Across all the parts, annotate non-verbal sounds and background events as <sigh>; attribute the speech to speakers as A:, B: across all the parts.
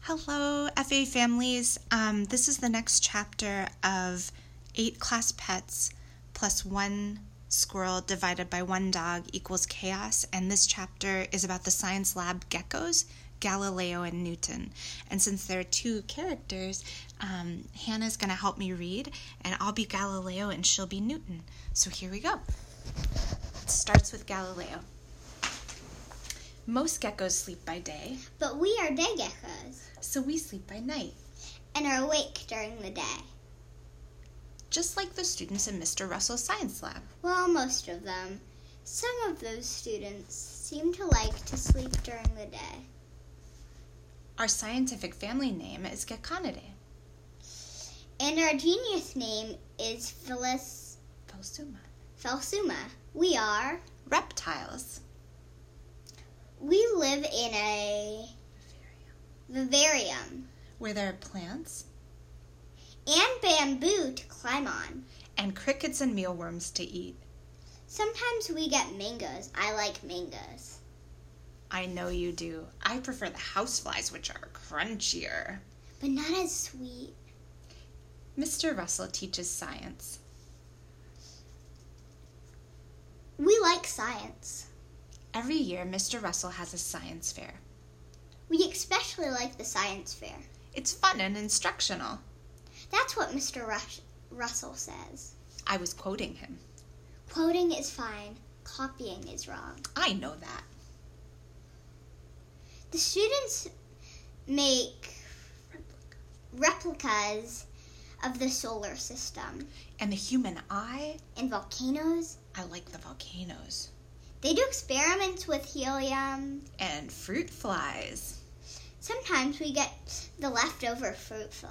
A: Hello, FA families. Um, this is the next chapter of eight class pets plus one squirrel divided by one dog equals chaos. And this chapter is about the science lab geckos, Galileo and Newton. And since there are two characters, um, Hannah's going to help me read, and I'll be Galileo and she'll be Newton. So here we go. It starts with Galileo. Most geckos sleep by day,
B: But we are day geckos
A: so we sleep by night.
B: and are awake during the day.
A: just like the students in Mr. Russell's science lab.
B: Well, most of them. Some of those students seem to like to sleep during the day.
A: Our scientific family name is Gekonidae.
B: And our genius name is Phyllis
A: Posthuma.
B: Felsuma. We are.
A: Reptiles.
B: We live in a vivarium
A: Where there are plants
B: and bamboo to climb on.
A: and crickets and mealworms to eat.
B: Sometimes we get mangoes. I like mangoes.
A: I know you do. I prefer the houseflies, which are crunchier.
B: But not as sweet.
A: Mr. Russell teaches science.
B: We like science.
A: Every year, Mr. Russell has a science fair.
B: We especially like the science fair.
A: It's fun and instructional.
B: That's what Mr. Rush- Russell says.
A: I was quoting him.
B: Quoting is fine, copying is wrong.
A: I know that.
B: The students make replicas of the solar system
A: And the human eye,
B: and volcanoes.
A: I like the volcanoes.
B: They do experiments with helium.
A: And fruit flies.
B: Sometimes we get the leftover fruit fl-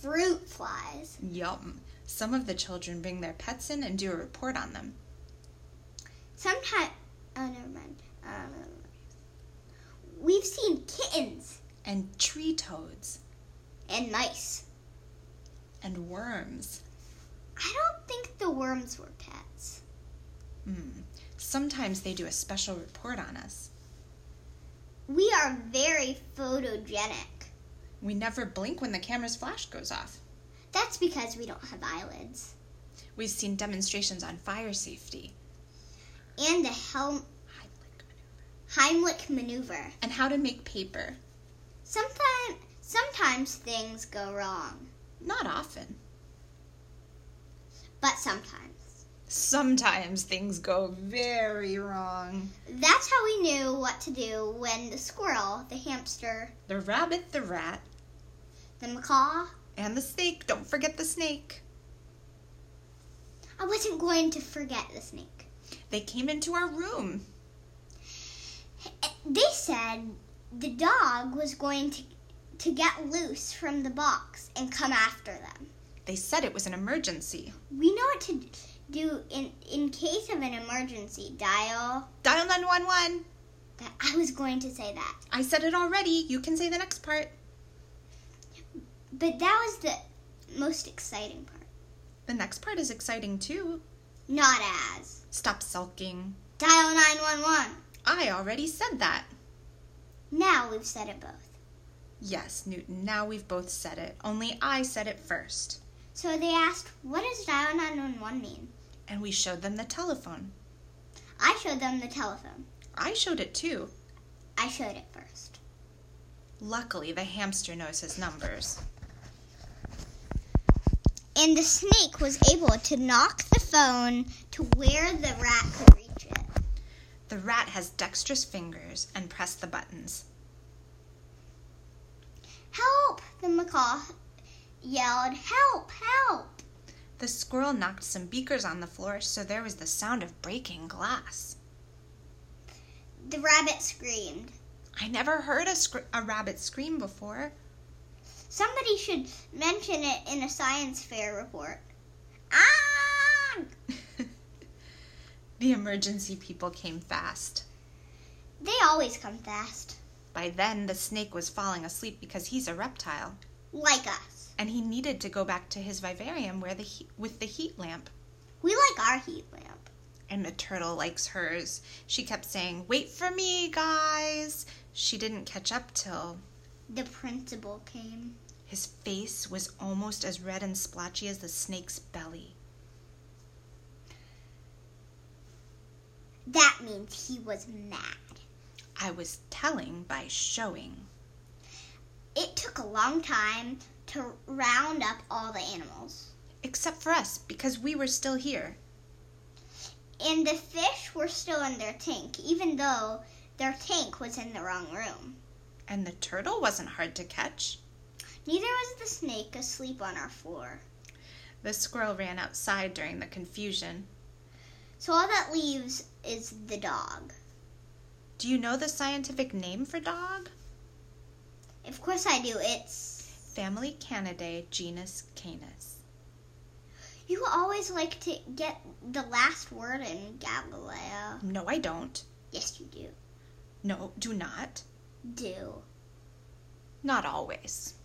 B: fruit flies.
A: Yum. Some of the children bring their pets in and do a report on them.
B: Sometimes, oh, never mind. Um, we've seen kittens
A: And tree toads
B: and mice.
A: and worms.
B: I don't think the worms were pets.
A: Mm. Sometimes they do a special report on us.
B: We are very photogenic.
A: We never blink when the camera's flash goes off.
B: That's because we don't have eyelids.
A: We've seen demonstrations on fire safety.
B: And the Hel-
A: Heimlich maneuver.
B: Heimlich maneuver.
A: And how to make paper.
B: Sometimes, sometimes things go wrong,
A: Not often.
B: but sometimes.
A: Sometimes things go very wrong.
B: That's how we knew what to do when the squirrel, the hamster,
A: The rabbit, the rat,
B: the macaw.
A: and the snake. Don't forget the snake.
B: I wasn't going to forget the snake.
A: They came into our room.
B: Eh, They said the dog was going to, to get loose from the box and come after them.
A: They said it was an emergency.
B: We know what to do in, in case of an emergency. Dial
A: Dial 911.
B: That I was going to say that.
A: I said it already. You can say the next part.
B: But that was the most exciting part.
A: The next part is exciting too.
B: Not as.
A: Stop sulking.
B: Dial 911.
A: I already said that.
B: Now we've said it both.
A: Yes, Newton, now we've both said it. Only I said it first.
B: So they asked, what does dial 911 mean?
A: And we showed them the telephone.
B: I showed them the telephone.
A: I showed it too.
B: I showed it first.
A: Luckily, the hamster knows his numbers.
B: And the snake was able to knock the phone to where the rat could reach it.
A: The rat has dexterous fingers and pressed the buttons.
B: Help! The macaw yelled, help, help!
A: The squirrel knocked some beakers on the floor, so there was the sound of breaking glass.
B: The rabbit screamed.
A: I never heard a, scr- a rabbit scream before.
B: Somebody should mention it in a science fair report. Ah!
A: <laughs> The emergency people came fast.
B: They always come fast,
A: By then, the snake was falling asleep because he's a reptile,
B: like us.
A: and he needed to go back to his vivarium where the he- with the heat lamp.
B: We like our heat lamp.
A: And the turtle likes hers. She kept saying, "Wait for me, guys." She didn't catch up till
B: The principal came.
A: His face was almost as red and splotchy as the snake's belly.
B: That means he was mad.
A: I was telling by showing.
B: It took a long time to round up all the animals.
A: Except for us, because we were still here.
B: And the fish were still in their tank, even though their tank was in the wrong room.
A: And the turtle wasn't hard to catch.
B: Neither was the snake asleep on our floor.
A: The squirrel ran outside during the confusion.
B: So all that leaves is the dog.
A: Do you know the scientific name for dog?
B: Of course I do. It's.
A: Family Canidae, genus Canis.
B: You always like to get the last word in Galileo.
A: No, I don't.
B: Yes, you do.
A: No, do not.
B: Do.
A: Not always.